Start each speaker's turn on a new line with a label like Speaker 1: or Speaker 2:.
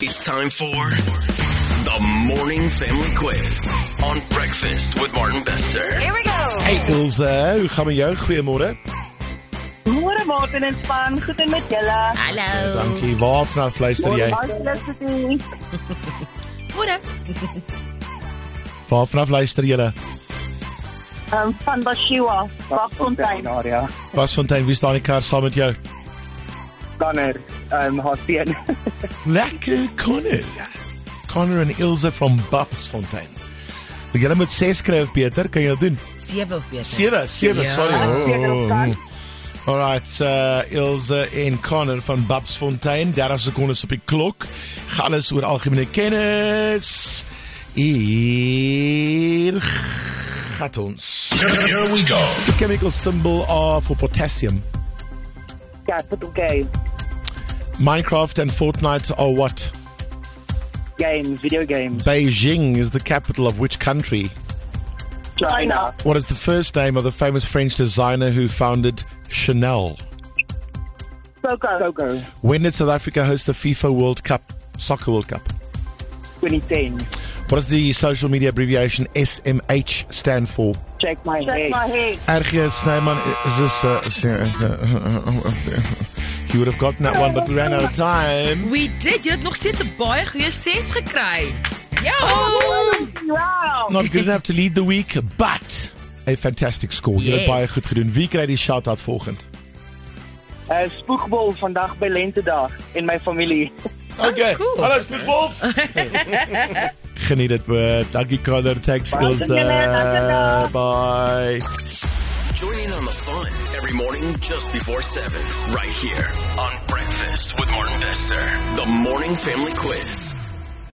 Speaker 1: It's time for the Morning Family Quiz on Breakfast with Martin Bester.
Speaker 2: Here we go.
Speaker 3: Hey Ilse, hoe gaan met jou? Goeiemôre.
Speaker 4: Môre Martin en span, goed en met julle.
Speaker 2: Hallo.
Speaker 3: Dankie. Waar vandaan fluister jy?
Speaker 4: jy?
Speaker 2: Goede.
Speaker 3: Waar vandaan fluister jy?
Speaker 4: Ehm van Bashiwa, Wagfontein.
Speaker 5: area.
Speaker 3: Basfontein, wie staan in die kar saam met jou?
Speaker 5: Connor, um, haar seun.
Speaker 3: Lekker Connor. Connor en Ilse van Basfontein. Jy moet 6 skryf beter, kan jy dit doen?
Speaker 2: Sewe of beter.
Speaker 3: 7, 7,
Speaker 2: Ja.
Speaker 3: sorry. Oh,
Speaker 5: Sewe of kan.
Speaker 3: Alright, uh, Ilse en Connor van Babsfontein, 30 sekondes op die klok. Gaan alles oor algemene kennis. Hier gaat ons.
Speaker 1: Here we go.
Speaker 3: The chemical symbol R for potassium.
Speaker 5: Capital K.
Speaker 3: Minecraft and Fortnite are what?
Speaker 5: Games, video games.
Speaker 3: Beijing is the capital of which country?
Speaker 5: China.
Speaker 3: What is the first name of the famous French designer who founded Chanel?
Speaker 4: Soko.
Speaker 5: Coco,
Speaker 3: When did South Africa host the FIFA World Cup, Soccer World Cup?
Speaker 5: 2010.
Speaker 3: What does the social media abbreviation SMH stand for?
Speaker 5: Check my
Speaker 4: Check
Speaker 5: head.
Speaker 4: my head.
Speaker 3: RG Snyman is this. Uh, is there- is there- you would have gotten that one, but we ran out of time.
Speaker 6: We did. Jy het nog steeds 'n baie goeie 6 gekry. Ja!
Speaker 2: Oh,
Speaker 4: Wow.
Speaker 3: Not good enough to lead the week, but a fantastic score. Jy het
Speaker 6: Yes.
Speaker 3: baie goed gedoen. Wie kry die shout-out volgend?
Speaker 5: Uh, spoegbol vandag by lentedag in my familie.
Speaker 3: Okay.
Speaker 6: Oh, cool.
Speaker 3: Hallo Spoetwolf. Geniet dit. man. Dankie Connor, thanks skills.
Speaker 4: Dankie julle, dankie julle.
Speaker 3: Bye.
Speaker 1: Join in on the fun every morning just before 7, right here on Breakfast with Martin Bester. The Morning Family Quiz.